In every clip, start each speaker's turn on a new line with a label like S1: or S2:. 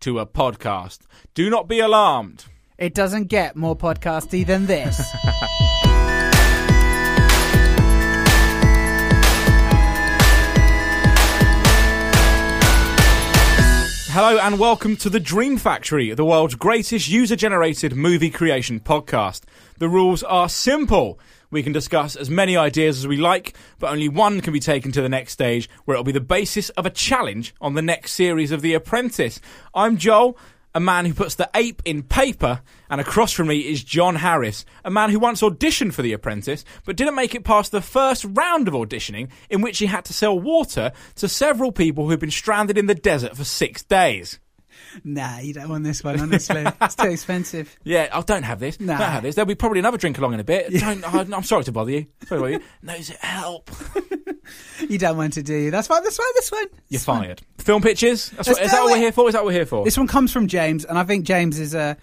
S1: to a podcast. Do not be alarmed.
S2: It doesn't get more podcasty than this.
S1: Hello and welcome to the Dream Factory, the world's greatest user generated movie creation podcast. The rules are simple. We can discuss as many ideas as we like, but only one can be taken to the next stage where it'll be the basis of a challenge on the next series of The Apprentice. I'm Joel, a man who puts the ape in paper, and across from me is John Harris, a man who once auditioned for The Apprentice but didn't make it past the first round of auditioning, in which he had to sell water to several people who had been stranded in the desert for six days.
S2: nah, you don't want this one, honestly. It's too expensive.
S1: Yeah, I don't have this.
S2: Nah.
S1: Don't have this. There'll be probably another drink along in a bit. Don't, I, I'm sorry to bother you. Sorry to bother you. No, is it help?
S2: You don't want to do you. That's why, that's why this one.
S1: You're fired. Film pitches. That's what,
S2: Let's
S1: is that
S2: do
S1: what
S2: it.
S1: we're here for? Is that what we're here for?
S2: This one comes from James, and I think James is uh,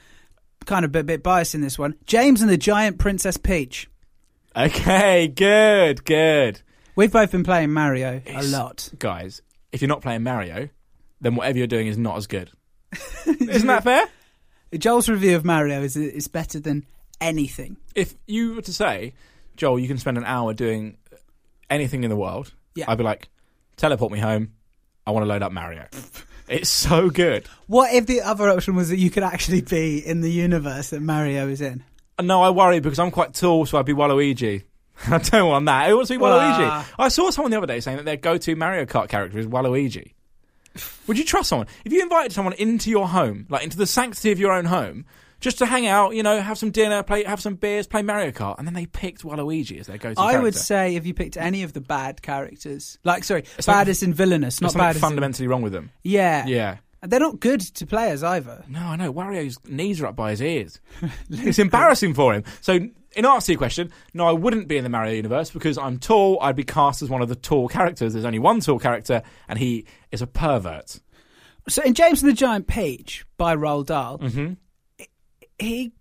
S2: kind of a bit biased in this one. James and the Giant Princess Peach.
S1: Okay, good, good.
S2: We've both been playing Mario a lot.
S1: Guys, if you're not playing Mario, then whatever you're doing is not as good. Isn't that fair?
S2: Joel's review of Mario is, is better than anything.
S1: If you were to say, Joel, you can spend an hour doing anything in the world,
S2: Yeah.
S1: I'd be like, teleport me home. I want to load up Mario. it's so good.
S2: What if the other option was that you could actually be in the universe that Mario is in?
S1: No, I worry because I'm quite tall, so I'd be Waluigi. I don't want that. Who wants to be Waluigi?
S2: Ah.
S1: I saw someone the other day saying that their go-to Mario Kart character is Waluigi. Would you trust someone if you invited someone into your home, like into the sanctity of your own home, just to hang out? You know, have some dinner, play, have some beers, play Mario Kart, and then they picked Waluigi as their go-to.
S2: I
S1: character.
S2: would say if you picked any of the bad characters, like sorry,
S1: It's
S2: bad
S1: like-
S2: as in villainous,
S1: There's
S2: not
S1: something
S2: bad as in,
S1: fundamentally wrong with them.
S2: yeah,
S1: Yeah.
S2: They're not good to players either.
S1: No, I know. Wario's knees are up by his ears. it's embarrassing for him. So, in answer to your question, no, I wouldn't be in the Mario universe because I'm tall. I'd be cast as one of the tall characters. There's only one tall character, and he is a pervert.
S2: So in James and the Giant Peach by Roald Dahl,
S1: Mm-hmm.
S2: he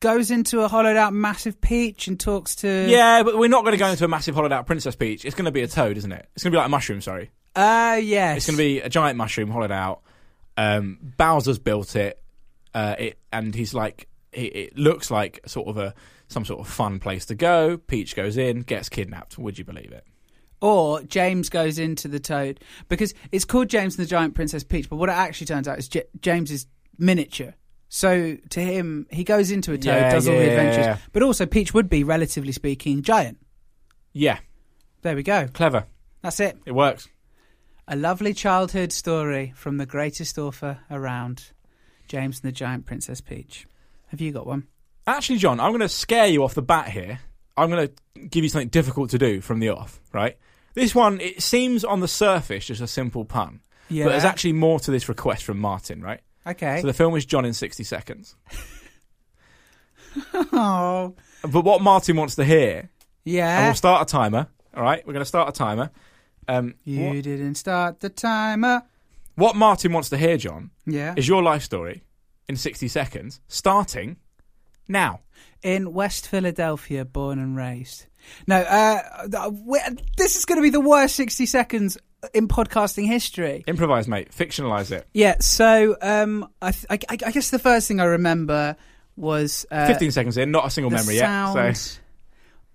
S2: goes into a hollowed out massive peach and talks to
S1: Yeah, but we're not going to go into a massive hollowed out Princess Peach. It's going to be a toad, isn't it? It's going to be like a mushroom, sorry.
S2: Oh yes,
S1: It's going to be a giant mushroom hollowed out. Um, Bowser's built it, uh, it, and he's like, it, it looks like sort of a some sort of fun place to go. Peach goes in, gets kidnapped. Would you believe it?
S2: or James goes into the toad because it's called James and the Giant Princess Peach, but what it actually turns out is J- James is miniature. So to him, he goes into a toad,
S1: Yeah,
S2: does all the
S1: yeah, yeah,
S2: adventures,
S1: yeah.
S2: but also Peach would be, relatively speaking, giant.
S1: Yeah,
S2: There we go.
S1: clever.
S2: That's it.
S1: It works.
S2: A lovely childhood story from the greatest author around, James and the Giant Princess Peach. Have you got one?
S1: Actually, John, I'm going to scare you off the bat here. I'm going to give you something difficult to do from the off, right? This one, it seems on the surface just a simple pun.
S2: Yeah.
S1: But there's actually more to this request from Martin, right?
S2: Okay.
S1: So the film is John in 60 Seconds.
S2: oh,
S1: But what Martin wants to hear, and
S2: yeah.
S1: we'll start a timer, all right? We're going to start a timer. Um,
S2: you
S1: what,
S2: didn't start the timer.
S1: what Martin wants to hear, John,
S2: Yeah.
S1: is your life story in 60 seconds, starting now.
S2: in West Philadelphia, born and raised. No, uh, th- we- this is going to be the worst 60 seconds in podcasting history.
S1: Improvise, mate. Fictionalize it.
S2: Yeah, so um, I, th- I, I- I guess the first thing I remember was uh,
S1: 15 seconds in, not a single
S2: the
S1: memory
S2: sound
S1: yet. So.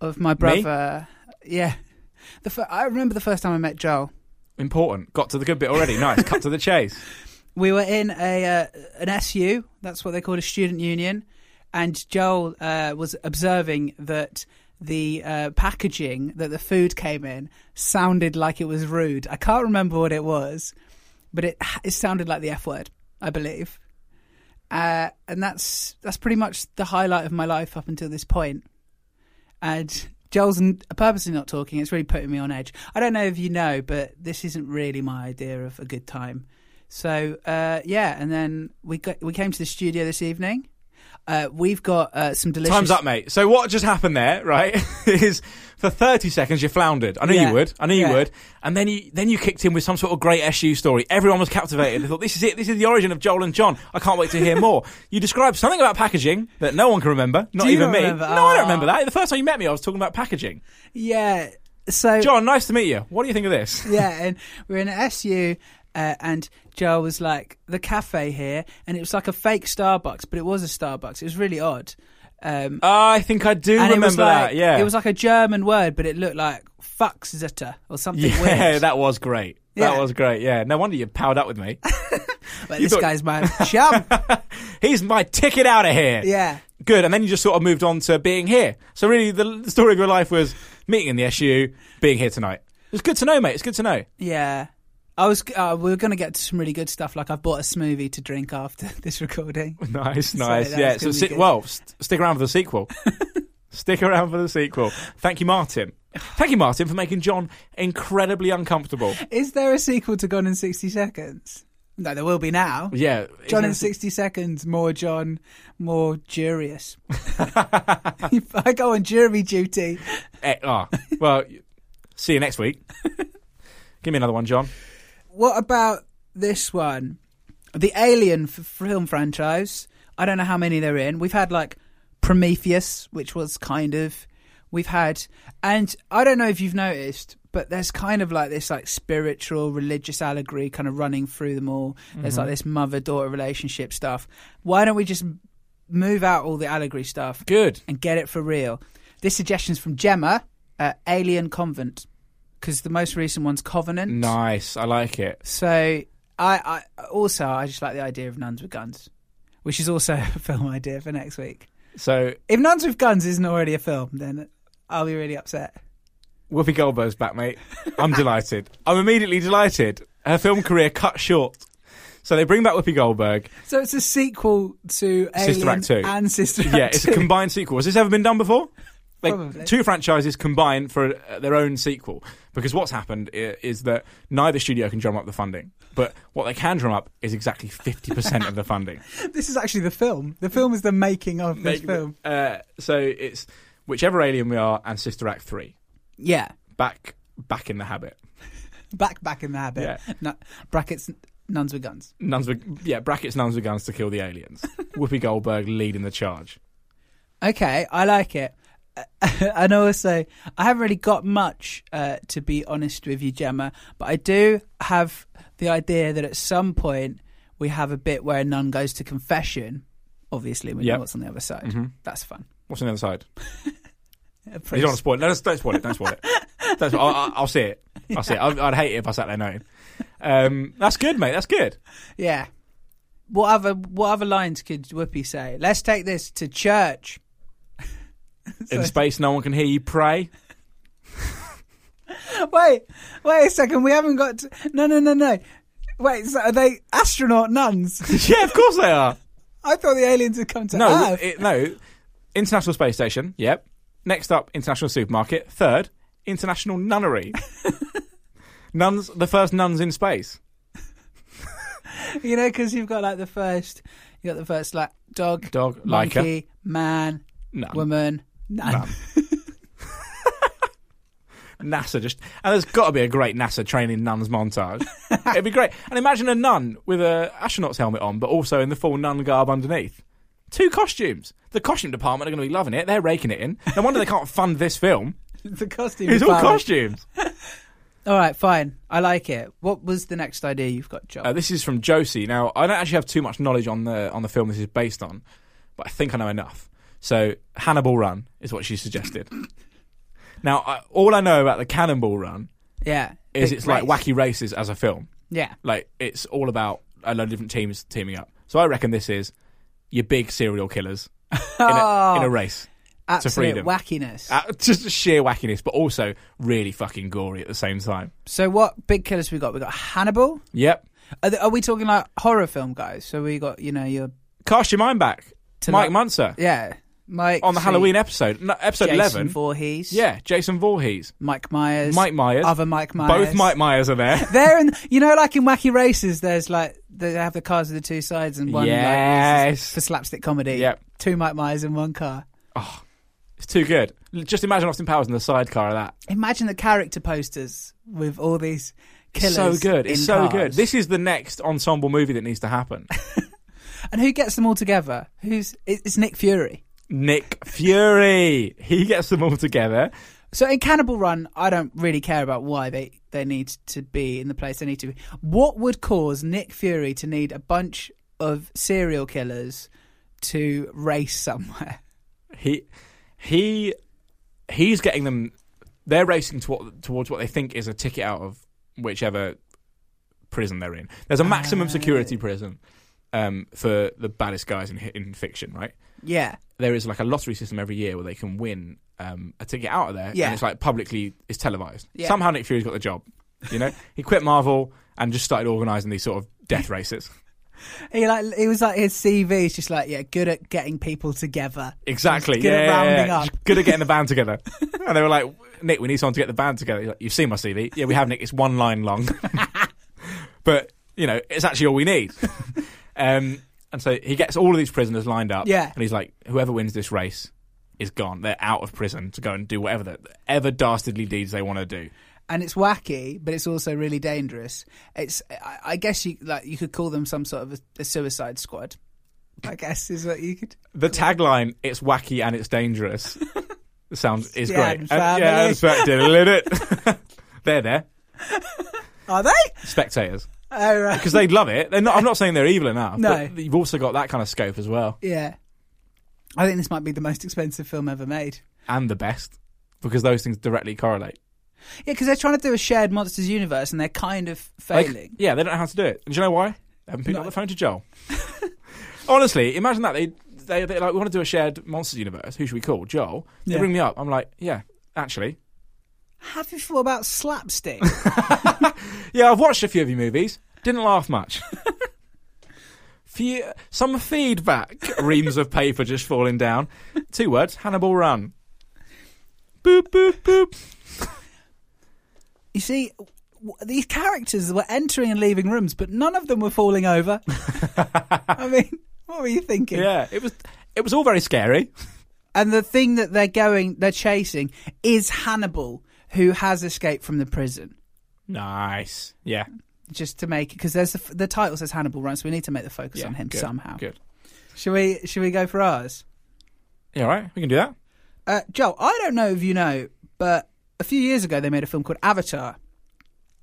S2: of my brother. Yeah. The fir- I remember the first time I met Joel.
S1: Important. Got to the good bit already. Nice. Cut to the chase.
S2: we were in a uh, an SU, that's what they called a student union, and Joel uh, was observing that the uh, packaging that the food came in sounded like it was rude. I can't remember what it was, but it it sounded like the F word, I believe. Uh, and that's that's pretty much the highlight of my life up until this point. And Joel's n- purposely not talking. It's really putting me on edge. I don't know if you know, but this isn't really my idea of a good time. So uh, yeah, and then we got, we came to the studio this evening. Uh, we've got uh, some delicious.
S1: Time's up, mate. So what just happened there, right? is for thirty seconds you floundered. I knew
S2: Yeah.
S1: you would. I knew
S2: Yeah.
S1: you would. And then you then you kicked in with some sort of great SU story. Everyone was captivated. They thought this is it. This is the origin of Joel and John. I can't wait to hear more. you described something about packaging that no one can remember. Not
S2: Do you
S1: even me.
S2: remember?
S1: No, I
S2: Aw.
S1: don't remember Ah. that. The first time you met me, I was talking about packaging.
S2: Yeah. So
S1: John, nice to meet you. What do you think of this?
S2: yeah, and we were in an SU, uh, and Joel was like, the cafe here, and it was like a fake Starbucks, but it was a Starbucks. It was really odd. Um,
S1: I think I do
S2: and it
S1: remember
S2: was like,
S1: that. Yeah,
S2: It was like a German word, but it looked like Fuchszitter or something
S1: yeah,
S2: weird.
S1: that was great.
S2: Yeah.
S1: That was great. Yeah, no wonder you powered up with me.
S2: but
S1: you
S2: this
S1: thought-
S2: guy's my chum.
S1: He's my ticket out of here.
S2: yeah.
S1: good. And then you just sort of moved on to being here. So really, the the story of your life was meeting in the SU, being here tonight. It's good to know, mate. It's good to know.
S2: Yeah. I was. Uh, we were going to get to some really good stuff. Like I've bought a smoothie to drink after this recording.
S1: Nice,
S2: So
S1: nice.
S2: that
S1: yeah.
S2: was
S1: So
S2: gonna be
S1: sit,
S2: good.
S1: well, st- stick around for the sequel. stick around for the sequel. Thank you, Martin. Thank you, Martin, for making John incredibly uncomfortable.
S2: Is there a sequel to Gone in sixty seconds? No, there will be now.
S1: Yeah,
S2: John in
S1: Isn't-
S2: 60 seconds, more John, more jurious. I go on jury duty.
S1: Eh, ah, well, see you next week. Give me another one, John.
S2: What about this one? The Alien f- film franchise. I don't know how many they're in. We've had like Prometheus, which was kind of. We've had, and I don't know if you've noticed, but there's kind of like this like spiritual, religious allegory kind of running through them all. There's like this mother daughter relationship stuff. Why don't we just move out all the allegory stuff
S1: Good.
S2: and get it for real. This suggestion's from Gemma at Alien Convent because the most recent one's Covenant.
S1: Nice. I like it.
S2: So I, I also I just like the idea of nuns with guns, which is also a film idea for next week.
S1: So
S2: If nuns with guns isn't already a film, then I'll be really upset.
S1: Whoopi Goldberg's back, mate. I'm delighted. I'm immediately delighted. Her film career cut short. So they bring back Whoopi Goldberg.
S2: So it's a sequel to
S1: Sister
S2: Alien
S1: Act Two.
S2: and Sister Act
S1: Yeah, it's a
S2: Two.
S1: combined sequel. Has this ever been done before? Like
S2: Probably.
S1: two franchises combine for uh, their own sequel. Because what's happened i- is that neither studio can drum up the funding, but what they can drum up is exactly 50% of the funding.
S2: this is actually the film. The film is the making of this
S1: Make-
S2: film.
S1: Uh, so it's whichever alien we are and Sister Act 3
S2: Yeah,
S1: back back in the habit.
S2: back back in the habit. No, brackets nuns with guns.
S1: Nuns with, yeah, brackets nuns with guns to kill the aliens. Whoopi Goldberg leading the charge.
S2: Okay, I like it. and also, I haven't really got much, uh, to be honest with you, Gemma, but I do have the idea that at some point we have a bit where a nun goes to confession. Obviously, we
S1: Yep.
S2: know what's on the other side. That's fun.
S1: What's on the other side?
S2: A
S1: You
S2: priest.
S1: don't want to spoil it. No, don't, don't spoil it. Don't spoil it. Don't spoil- I'll, I'll see it. I'll see it. I'd, I'd hate it if I sat there knowing. Um, that's good, mate. That's good.
S2: yeah. What other what other lines could Whoopi say? Let's take this to church.
S1: In space, no one can hear you pray.
S2: Wait, wait a second. We haven't got. To... No, no, no, no. Wait, so are they astronaut nuns?
S1: yeah, of course they are.
S2: I thought the aliens had come to
S1: No,
S2: Earth.
S1: it, no. International Space Station. Yep. Next up, international supermarket. Third, international nunnery. nuns, the first nuns in space.
S2: You know, because you've got like the first, you got the first like dog,
S1: Dog, Leica,
S2: monkey, man,
S1: nun.
S2: woman, nun.
S1: NASA just and there's got to be a great NASA training nuns montage. It'd be great. And imagine a nun with a astronaut's helmet on, but also in the full nun garb underneath. Two costumes. The costume department are going to be loving it. They're raking it in. No wonder they can't fund this film.
S2: the costume.
S1: It's all
S2: department.
S1: costumes.
S2: All right, fine. I like it. What was the next idea you've got, Joel?
S1: Uh, this is from Josie. Now I don't actually have too much knowledge on the on the film this is based on, but I think I know enough. So Hannibal Run is what she suggested. now I, all I know about the Cannonball Run
S2: yeah,
S1: is
S2: big
S1: it's
S2: race.
S1: like wacky races as a film.
S2: Yeah,
S1: like it's all about a load of different teams teaming up. So I reckon this is your big serial killers in a,
S2: Oh,
S1: in a race.
S2: absolute
S1: freedom.
S2: wackiness.
S1: Uh, just sheer wackiness, but also really fucking gory at the same time.
S2: so what big killers we got? We got Hannibal.
S1: Yep.
S2: Are, th- are we talking like horror film guys? So we got you know your
S1: Cast your mind back to Mike Munzer
S2: yeah Mike
S1: on the
S2: Sweet,
S1: Halloween episode, no, episode
S2: Jason
S1: 11.
S2: Voorhees
S1: Yeah, Jason Voorhees.
S2: Mike Myers
S1: Mike Myers.
S2: other Mike Myers
S1: Both Mike Myers are there.
S2: They're in, you know, like in Wacky Races, there's like they have the cars with the two sides and one like, is
S1: yes.
S2: for slapstick comedy.
S1: Yep.
S2: Two Mike Myers in one car.
S1: It's too good. L- Just imagine Austin Powers in the sidecar of that.
S2: Imagine the character posters with all these killers.
S1: so good. It's
S2: in
S1: so
S2: cars.
S1: good. This is the next ensemble movie that needs to happen.
S2: and who gets them all together? Who's it- it's Nick Fury.
S1: Nick Fury. He gets them all together.
S2: So in Cannibal Run, I don't really care about why they they need to be in the place they need to be. What would cause Nick Fury to need a bunch of serial killers to race somewhere?
S1: He he he's getting them they're racing toward, towards what they think is a ticket out of whichever prison they're in. There's a
S2: Ah.
S1: maximum security prison um, for the baddest guys in hi- in fiction, right?
S2: Yeah.
S1: there is like a lottery system every year where they can win um, a ticket out of there,
S2: Yeah.
S1: and it's like publicly it's televised.
S2: Yeah.
S1: Somehow Nick Fury's got the job. You know, he quit Marvel and just started organising these sort of death races.
S2: He like it was like his CV is just like yeah, good at getting people together.
S1: Exactly.
S2: Good
S1: yeah,
S2: at
S1: yeah,
S2: rounding
S1: yeah.
S2: up.
S1: Good at getting the band together. and they were like, Nick, we need someone to get the band together. He's like, You've seen my CV. Yeah, we have, Nick. It's one line long. but, you know, it's actually all we need. um, and so he gets all of these prisoners lined up.
S2: Yeah.
S1: And he's like, whoever wins this race is gone. They're out of prison to go and do whatever the ever dastardly deeds they want to do.
S2: And it's wacky, but it's also really dangerous. It's I, I guess you like you could call them some sort of a, a suicide squad. I guess is what you could.
S1: The tagline, it's wacky and it's dangerous, sounds is
S2: Yeah,
S1: great.
S2: and
S1: And- yeah,
S2: family.
S1: I expected a little bit. They're there,
S2: Are they?
S1: spectators.
S2: Oh right.
S1: because they'd love it. They're not, I'm not saying they're evil enough.
S2: No.
S1: but you've also got that kind of scope as well,
S2: yeah. I think this might be the most expensive film ever made.
S1: and the best because those things directly correlate.
S2: Yeah, because they're trying to do a shared monsters universe, and they're kind of
S1: Like,
S2: failing.
S1: yeah, they don't know how to do it. And do you know why? They haven't picked up the phone to Joel. Honestly, imagine that they they they're like we want to do a shared monsters universe. Who should we call? Joel. They
S2: Yeah.
S1: bring me up. I'm like, yeah, actually,
S2: Have you thought about slapstick?
S1: yeah. I've watched a few of your movies. Didn't laugh much. Few, some feedback. Reams of paper just falling down. Two words. Hannibal Run. Boop boop boop.
S2: you see, w- these characters were entering and leaving rooms, but none of them were falling over. I mean, what were you thinking?
S1: Yeah, it was. It was all very scary.
S2: And the thing that they're going, they're chasing is Hannibal, who has escaped from the prison.
S1: Nice. Yeah.
S2: Just to make because there's the, f- the title says Hannibal, right? So we need to make the focus
S1: yeah
S2: on him
S1: good,
S2: somehow.
S1: Good.
S2: Should we? Should we go for ours?
S1: Yeah. all Right. We can do that.
S2: Uh, Joel, I don't know if you know, but a few years ago they made a film called Avatar,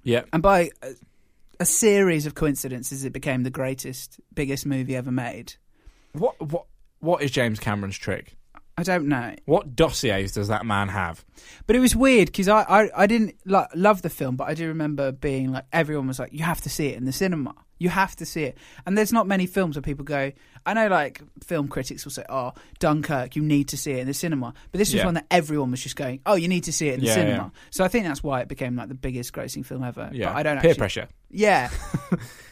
S1: Yeah.
S2: and by a, a series of coincidences, it became the greatest, biggest movie ever made.
S1: What? What? What is James Cameron's trick?
S2: I don't know.
S1: What dossiers does that man have?
S2: But it was weird because I, I, I didn't like, love the film, but I do remember being like, everyone was like, you have to see it in the cinema. You have to see it. And there's not many films where people go, I know like film critics will say, oh, Dunkirk, you need to see it in the cinema. But this was
S1: Yeah.
S2: one that everyone was just going, oh, you need to see it in the
S1: Yeah,
S2: cinema. So I think that's why it became like the biggest grossing film ever.
S1: Yeah.
S2: But I don't
S1: Peer
S2: actually-
S1: pressure.
S2: Yeah.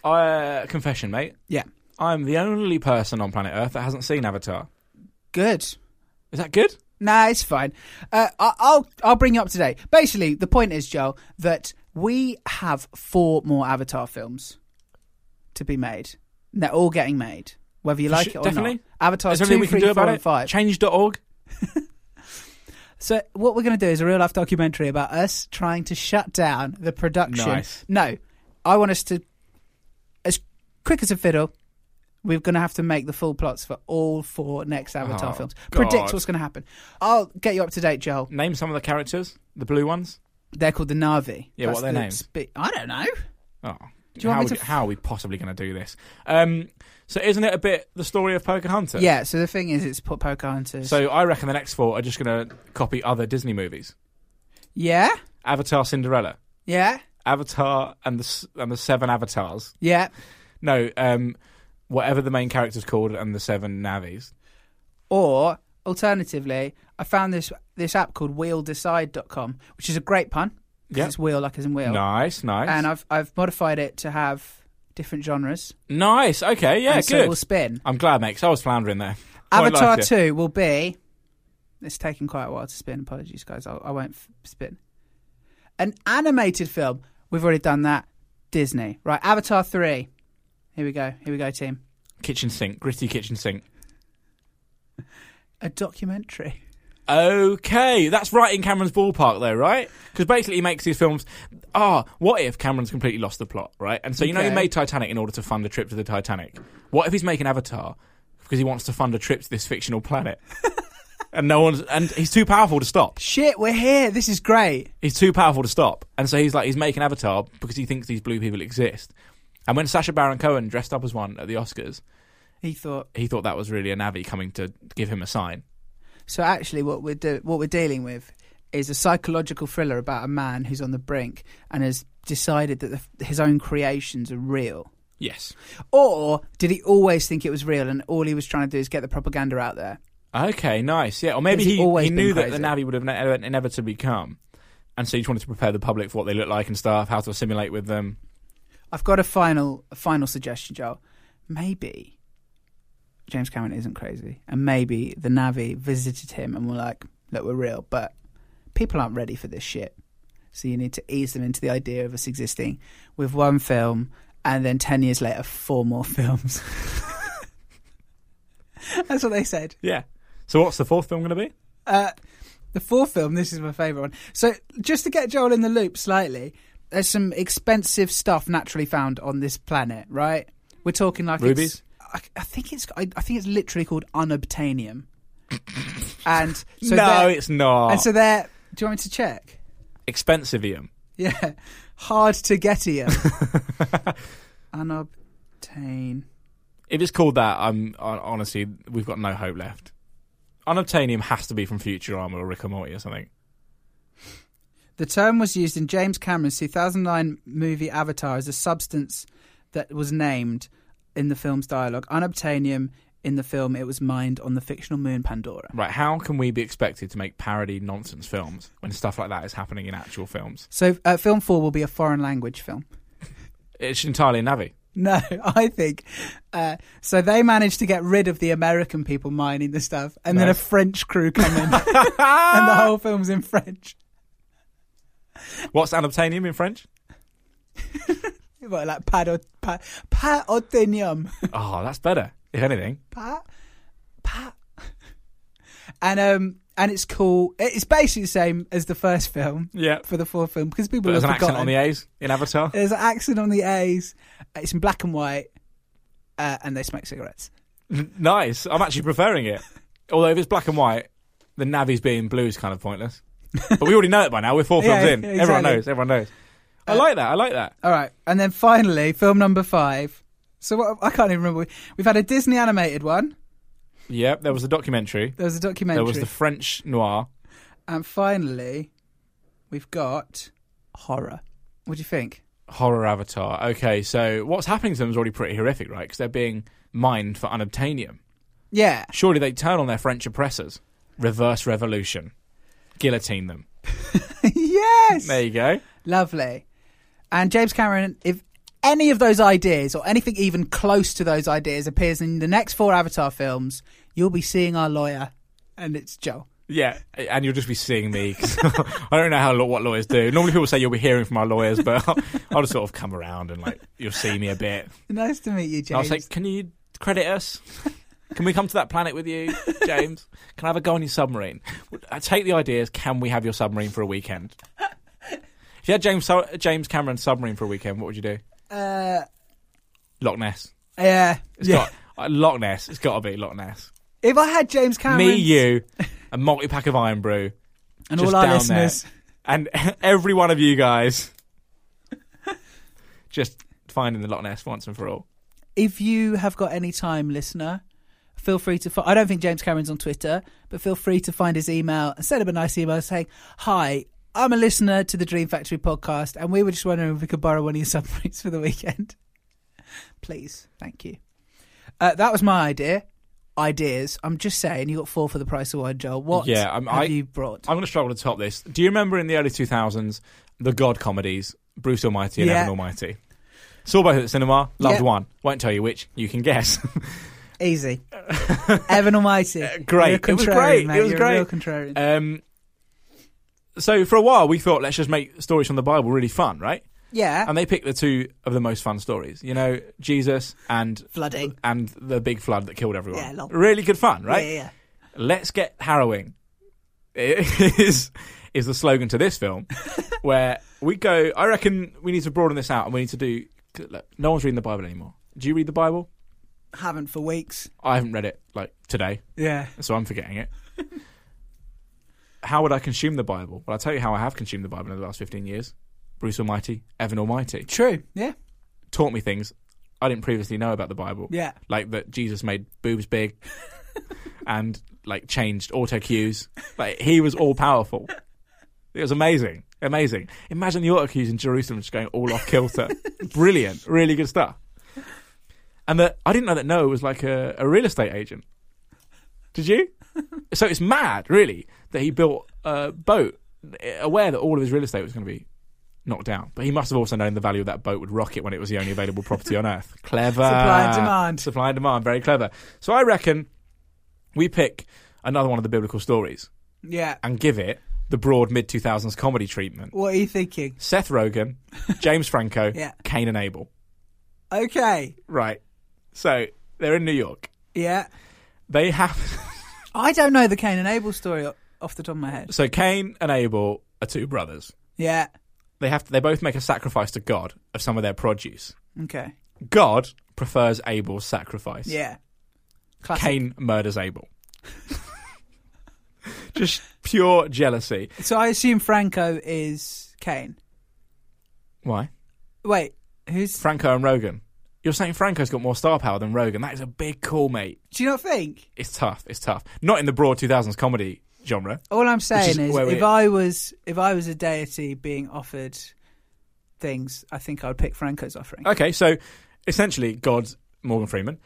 S1: Uh, confession, mate.
S2: Yeah.
S1: I'm the only person on planet Earth that hasn't seen Avatar.
S2: Good.
S1: Is that good?
S2: Nah, it's fine. Uh, I- I'll I'll bring you up to date. Basically, the point is, Joel, that we have four more Avatar films to be made. And they're all getting made, whether you like
S1: Sh-
S2: it or
S1: definitely.
S2: not. Avatar
S1: Is there anything
S2: two,
S1: we can
S2: three,
S1: do
S2: four,
S1: about
S2: and
S1: it?
S2: five.
S1: Change.org.
S2: So what we're going to do is a real life documentary about us trying to shut down the production.
S1: Nice.
S2: No, I want us to, as quick as a fiddle, we're going to have to make the full plots for all four next Avatar
S1: Oh,
S2: films.
S1: God.
S2: Predict what's going to happen. I'll get you up to date, Joel.
S1: Name some of the characters. The blue ones.
S2: They're called the Navi.
S1: Yeah, what are their
S2: the
S1: names?
S2: spe- I don't know.
S1: Oh.
S2: Do you
S1: how,
S2: want me
S1: would
S2: to
S1: you- how are we possibly going to do this? Um, so isn't it a bit the story of Pocahontas?
S2: Yeah, so the thing is, it's put Pocahontas.
S1: So I reckon the next four are just going to copy other Disney movies.
S2: yeah,
S1: Avatar Cinderella,
S2: yeah,
S1: Avatar and the s- and the Seven Avatars,
S2: yeah.
S1: No, um, whatever the main character's called and the seven navies.
S2: Or alternatively, I found this this app called WheelDecide.com, which is a great pun. 'cause
S1: Yeah.
S2: It's wheel like as in wheel.
S1: Nice, nice,
S2: And uh, I've I've modified it to have different genres.
S1: nice. Okay, yeah,
S2: and
S1: good.
S2: So it will spin.
S1: I'm glad, mate. 'cause I was floundering there. Quite
S2: Avatar
S1: like it.
S2: Two will be. It's taken quite a while to spin. Apologies, guys. I, I won't f- spin. An animated film. We've already done that. Disney. Right. Avatar Three. Here we go. Here we go, team.
S1: Kitchen sink, gritty kitchen sink.
S2: A documentary.
S1: Okay, that's right in Cameron's ballpark, though, right? Because basically he makes these films. Ah, what if Cameron's completely lost the plot, right? And so you know he
S2: Okay.
S1: made Titanic in order to fund a trip to the Titanic. What if he's making Avatar because he wants to fund a trip to this fictional planet? and no one's and he's too powerful to stop.
S2: Shit, we're here. This is great.
S1: He's too powerful to stop. And so he's like he's making Avatar because he thinks these blue people exist. And when Sacha Baron Cohen dressed up as one at the Oscars,
S2: He thought.
S1: he thought that was really a Navi coming to give him a sign.
S2: So actually, what we're do- what we're dealing with is a psychological thriller about a man who's on the brink and has decided that the, his own creations are real.
S1: Yes.
S2: Or did he always think it was real and all he was trying to do is get the propaganda out there?
S1: Okay, nice. Yeah, or maybe
S2: Has
S1: he,
S2: he always
S1: he knew that
S2: been
S1: the
S2: crazy?
S1: Navi would have ne- inevitably come, and so he just wanted to prepare the public for what they look like and stuff, how to assimilate with them.
S2: I've got a final a final suggestion, Joel. Maybe James Cameron isn't crazy, and maybe the Navi visited him and were like, "Look, we're real, but people aren't ready for this shit. So you need to ease them into the idea of us existing with one film, and then ten years later, four more films." That's what they said.
S1: Yeah. So what's the fourth film going to be?
S2: Uh, the fourth film, this is my favourite one. So, just to get Joel in the loop slightly, there's some expensive stuff naturally found on this planet, right? We're talking like
S1: Rubies?
S2: It's, I, I think it's I, I think it's literally called unobtainium. and so
S1: no, Ah.
S2: they're-
S1: it's not.
S2: and
S1: It's
S2: so they're. Do you want me to check?
S1: Expensivium.
S2: Yeah, hard to getium. Unobtain.
S1: If it's called that, I'm hon- honestly we've got no hope left. Unobtainium has to be from Futurama or Rick and Morty or something.
S2: The term was used in James Cameron's 2009 movie Avatar as a substance that was named in the film's dialogue. Unobtainium in the film, it was mined on the fictional moon Pandora.
S1: Right? How can we be expected to make parody nonsense films when stuff like that is happening in actual films?
S2: So, uh, film four will be a foreign language film.
S1: It's entirely a Navi.
S2: No, I think. Uh, so they managed to get rid of the American people mining the stuff, and then a
S1: Nice.
S2: French crew come in, and the whole film's in French.
S1: What's unobtainium in French?
S2: Well, like Padotenium. Pa, pa, Otenium.
S1: Oh, that's better. If anything.
S2: Pat, Pat, and um, and it's cool. It's basically the same as the first film
S1: Yeah.
S2: for the fourth film because people
S1: But
S2: have
S1: there's an
S2: forgotten.
S1: accent on the A's in Avatar.
S2: there's an accent on the A's. It's in black and white, uh, and they smoke cigarettes.
S1: nice. I'm actually preferring it. Although if it's black and white, the Navi's being blue is kind of pointless. But we already know it by now. We're four
S2: Yeah,
S1: films in.
S2: yeah,
S1: Everyone
S2: exactly.
S1: knows. Everyone knows. I
S2: Uh,
S1: like that. I like that.
S2: All right, and then finally, film number five. So what, I can't even remember. We've had a Disney animated one.
S1: Yep. There was a documentary.
S2: There was a documentary,
S1: There was the French noir.
S2: and finally, we've got horror. What do you think?
S1: Horror Avatar. Okay, so what's happening to them is already pretty horrific, right? Because they're being mined for unobtainium.
S2: Yeah,
S1: Surely they turn on their French oppressors. Reverse revolution. Guillotine them.
S2: yes.
S1: There you go.
S2: Lovely. And James Cameron, if any of those ideas or anything even close to those ideas appears in the next four Avatar films, you'll be seeing our lawyer, and it's Joe.
S1: Yeah, and you'll just be seeing me. 'cause I don't know how law- what lawyers do. Normally, people say you'll be hearing from our lawyers, but I'll, I'll just sort of come around and like you'll see me a bit.
S2: Nice to meet you,
S1: And I'll
S2: James.
S1: say, "Can you credit us? Can we come to that planet with you, James? Can I have a go on your submarine? I take the ideas. Can we have your submarine for a weekend? If you had James Su- James Cameron's submarine for a weekend, what would you do?
S2: uh,
S1: Loch Ness.
S2: yeah,
S1: It's
S2: yeah.
S1: got uh, Loch Ness. It's got to be Loch Ness.
S2: if I had James Cameron,
S1: Me, you, a multi pack of Iron Brew.
S2: and
S1: just
S2: all our
S1: down
S2: listeners,
S1: and every one of you guys just finding the Loch Ness once and for all.
S2: if you have got any time, listener, feel free to. Fi- I don't think James Cameron's on Twitter, but feel free to find his email and send him a nice email saying, "Hi, I'm a listener to the Dream Factory podcast, and we were just wondering if we could borrow one of your submarines for the weekend." Please. Thank you. Uh, that was my idea. Ideas. I'm just saying, you got four for the price of one, Joel. What
S1: Yeah, um,
S2: have
S1: I-
S2: you brought?
S1: I'm going to struggle to top this. Do you remember in the early 2000s the God comedies, Bruce Almighty and
S2: Yeah.
S1: Evan Almighty? Saw both at the cinema. Loved
S2: Yeah.
S1: one. Won't tell you which. You can guess.
S2: Easy. Evan Almighty.
S1: Uh, great.
S2: You're a
S1: It was
S2: contrarian,
S1: great.
S2: Mate.
S1: It was
S2: You're
S1: great.
S2: A real contrarian.
S1: um, so for a while we thought let's just make stories from the Bible really fun, right?
S2: yeah.
S1: And they picked the two of the most fun stories. You know, Jesus and
S2: Flooding.
S1: and the big flood that killed everyone.
S2: Yeah, lol.
S1: really good fun, right?
S2: Yeah, yeah.
S1: Let's get harrowing. Is is the slogan to this film, where we go. I reckon we need to broaden this out, and we need to do. Look, no one's reading the Bible anymore. Do you read the Bible?
S2: yeah. Haven't for weeks.
S1: I haven't read it like today,
S2: Yeah.
S1: so I'm forgetting it. how would I consume the Bible? Well, I'll tell you how I have consumed the Bible in the last 15 years. Bruce Almighty, Evan Almighty
S2: True. Yeah.
S1: taught me things I didn't previously know about the Bible.
S2: Yeah.
S1: like that Jesus made boobs big and like changed auto cues. Like he was all powerful. It was amazing, amazing. Imagine the auto cues in Jerusalem just going all off kilter. Brilliant, really good stuff. And that I didn't know that Noah was like a, a real estate agent. Did you? so it's mad, really, that he built a boat aware that all of his real estate was going to be knocked down. But he must have also known the value of that boat would rocket when it was the only available property on earth. Clever.
S2: Supply and demand.
S1: Supply and demand. Very clever. So I reckon we pick another one of the biblical stories
S2: Yeah.
S1: and give it the broad mid 2000s comedy treatment.
S2: What are you thinking?
S1: Seth Rogen, James Franco,
S2: Yeah.
S1: Cain and Abel.
S2: Okay.
S1: Right. So they're in New York.
S2: Yeah.
S1: They have.
S2: I don't know the Cain and Abel story o- off the top of my head.
S1: So Cain and Abel are two brothers.
S2: Yeah.
S1: They have to, they both make a sacrifice to God of some of their produce.
S2: Okay.
S1: God prefers Abel's sacrifice.
S2: Yeah. Classic.
S1: Cain murders Abel. Just pure jealousy.
S2: So I assume Franco is Cain.
S1: Why?
S2: Wait, who's?
S1: Franco and Rogan. You're saying Franco's got more star power than Rogan. That is a big call, mate.
S2: Do you not think?
S1: It's tough. It's tough. Not in the broad 2000s comedy genre.
S2: All I'm saying
S1: is
S2: is,
S1: where we-
S2: if I was if I was a deity being offered things, I think I would pick Franco's offering.
S1: Okay, so essentially, God, Morgan Freeman,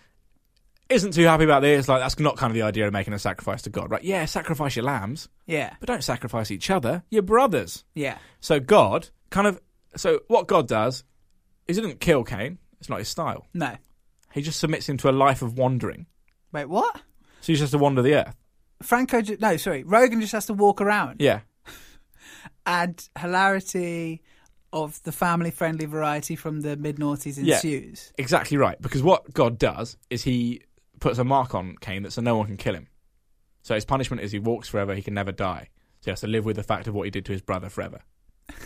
S1: isn't too happy about this. Like, that's not kind of the idea of making a sacrifice to God, right? Yeah, sacrifice your lambs,
S2: yeah,
S1: but don't sacrifice each other. You're brothers.
S2: yeah,
S1: So God kind of. So what God does is he doesn't kill Cain. It's not his style.
S2: no.
S1: He just submits him to a life of wandering.
S2: Wait, what?
S1: So he's just to wander the earth.
S2: Franco? Ju- no, sorry. Rogan just has to walk around.
S1: Yeah.
S2: and hilarity of the family-friendly variety from the mid noughties
S1: Yeah.
S2: ensues.
S1: Exactly right. Because what God does is he puts a mark on Cain that so no one can kill him. So his punishment is he walks forever, he can never die. So he has to live with the fact of what he did to his brother forever.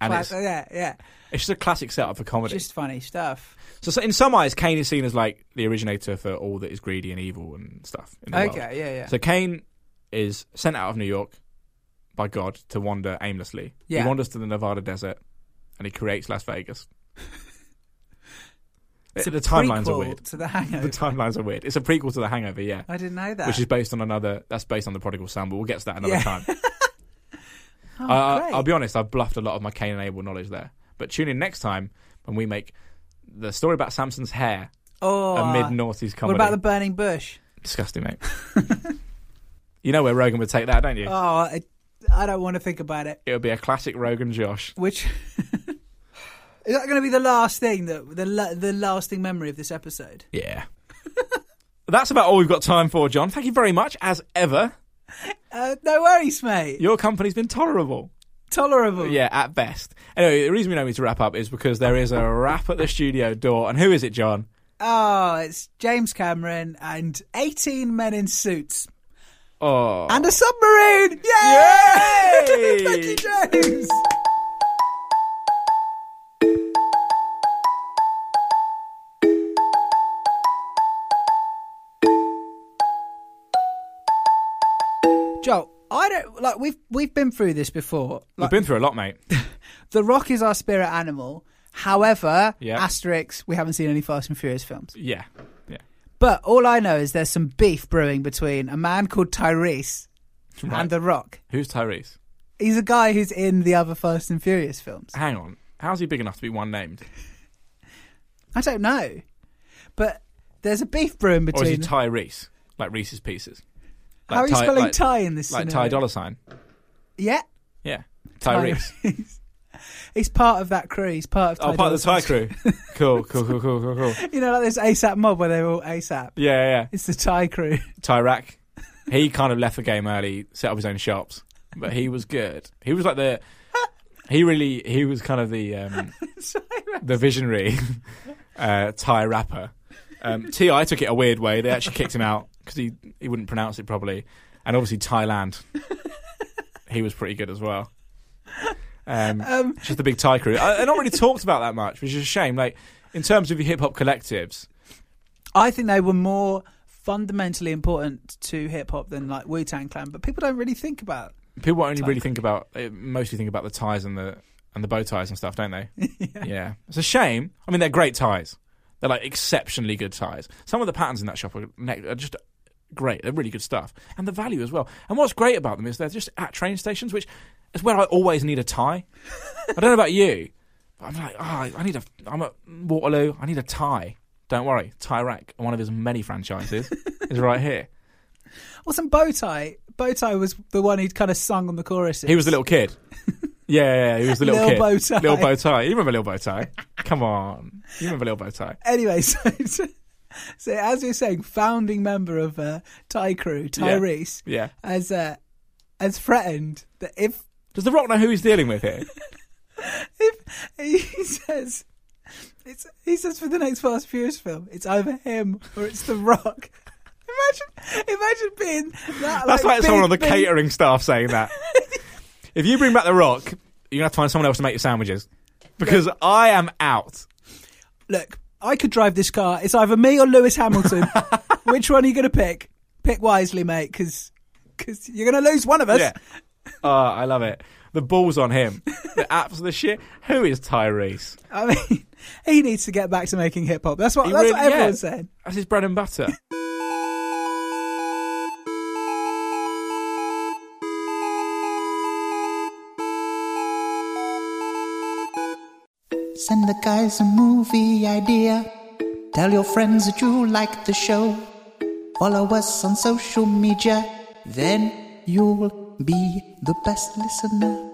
S1: And
S2: Cla-
S1: it's,
S2: yeah, yeah,
S1: it's just a classic setup for comedy.
S2: just funny stuff.
S1: So, so in some eyes, Cain is seen as like the originator for all that is greedy and evil and stuff. In the
S2: Okay,
S1: world.
S2: yeah, yeah,
S1: So Cain is sent out of New York by God to wander aimlessly.
S2: Yeah.
S1: He wanders to the Nevada desert and he creates Las Vegas.
S2: It's
S1: The-
S2: a
S1: the timelines are
S2: prequel
S1: weird.
S2: To the
S1: The
S2: Hangover.
S1: timelines are weird. It's a prequel to The Hangover, yeah.
S2: I didn't know that.
S1: Which is based on another. That's based on the Prodigal Son, but we'll get to that another
S2: Yeah.
S1: time.
S2: oh,
S1: I,
S2: great.
S1: I, will be honest, I've bluffed a lot of my Cain and Abel knowledge there. But tune in next time when we make the story about Samson's hair,
S2: oh,
S1: a mid noughties
S2: What
S1: comedy.
S2: about the burning bush?
S1: Disgusting, mate. you know where Rogan would take that, don't you?
S2: Oh, I, I don't want to think about it.
S1: It would be a classic Rogan Josh.
S2: Which is that going to be the last thing that the la- the lasting memory of this episode?
S1: Yeah. That's about all we've got time for, John. Thank you very much, as ever.
S2: Uh, no worries, mate.
S1: Your company's been tolerable.
S2: Tolerable.
S1: Yeah, at best. Anyway, the reason we know we need to wrap up is because there is a rap at the studio door. And who is it, John?
S2: Oh, it's James Cameron and eighteen men in suits
S1: Oh.
S2: and a submarine. Yay!
S1: Yay!
S2: Thank you, James. Joel, I don't like we've we've been through this before.
S1: We've
S2: Like,
S1: been through a lot, mate.
S2: the Rock is our spirit animal. However,
S1: Yeah.
S2: asterisk, we haven't seen any Fast and Furious films.
S1: Yeah. Yeah.
S2: But all I know is there's some beef brewing between a man called Tyrese
S1: Right.
S2: and The Rock.
S1: Who's Tyrese?
S2: He's a guy who's
S1: Uh,
S2: in the other Fast and Furious films.
S1: Hang on. How's he big enough to be one named?
S2: I don't know, but there's a beef brewing
S1: Or is
S2: between.
S1: it Ty Reese? Like Reese's Pieces?
S2: How are
S1: Like
S2: you spelling
S1: like,
S2: Ty in this?
S1: Like Ty
S2: scenario?
S1: Dollar Sign.
S2: Yeah,
S1: Yeah. Ty Reese.
S2: Reese. he's part of that crew. He's part of. Ty
S1: Oh, part of the Ty
S2: Dolla
S1: crew. cool, cool, cool, cool, cool, cool.
S2: Sign. You know, like this ASAP mob where they're all ASAP.
S1: Yeah, yeah.
S2: It's the Thai crew.
S1: Ty Rack. He kind of left the game early, set up his own shops, but he was good. He was like the. He really. He was kind of the um, the visionary uh, Thai rapper. Um, Ti took it a weird way. They actually kicked him out because he he wouldn't pronounce it properly, and obviously Thailand. he was pretty good as well. Um,
S2: Um,
S1: just the big Thai crew. I, I not really talked about that much, which is a shame. Like in terms of your hip hop collectives,
S2: I think they were more fundamentally important to hip hop than like Wu Tang Clan, but people don't really think about.
S1: people only
S2: Thai
S1: really
S2: crew.
S1: think about they mostly think about the ties and the and the bow ties and stuff, don't they?
S2: yeah.
S1: Yeah, it's a shame. I mean, they're great ties. They're like exceptionally good ties. Some of the patterns in that shop are, ne- are just great. They're really good stuff, and the value as well. And what's great about them is they're just at train stations, which is where I always need a tie. I don't know about you, but I'm like, oh, I need a. I'm at Waterloo. I need a tie. Don't worry, Tie Rack, one of his many franchises, is right here.
S2: Wasn't Bowtie? Bowtie was the one who'd kind of sung on the chorus.
S1: He was the little kid. Yeah, yeah, yeah, he was the little
S2: Lil
S1: kid.
S2: Bow Tie.
S1: Little bow tie. You remember little bow tie? Come on, you remember little bow tie?
S2: Anyway, so, so, so as we were saying, founding member of uh, Thai crew, Tyrese,
S1: Yeah.
S2: has uh, has threatened that if
S1: Does The Rock know who he's dealing with here?
S2: if he says it's he says for the next Fast Furious film, it's either him or it's The Rock. Imagine, imagine being that.
S1: That's like,
S2: big,
S1: someone on the
S2: big-
S1: catering staff saying that. if you bring back The Rock, you're going to have to find someone else to make your sandwiches. Because I am out.
S2: Look, I could drive this car. It's either me or Lewis Hamilton. Which one are you going to pick? Pick wisely, mate, because you're going to lose one of us.
S1: Yeah. Oh, I love it. The ball's on him. The apps the shit. Who is Tyrese?
S2: I mean, he needs to get back to making hip hop. Oh, That's what
S1: He
S2: that's
S1: really-
S2: what everyone's
S1: yeah.
S2: saying.
S1: That's his bread and butter.
S3: Send the guys a movie idea. Tell your friends that you like the show. Follow us on social media. Then you'll be the best listener.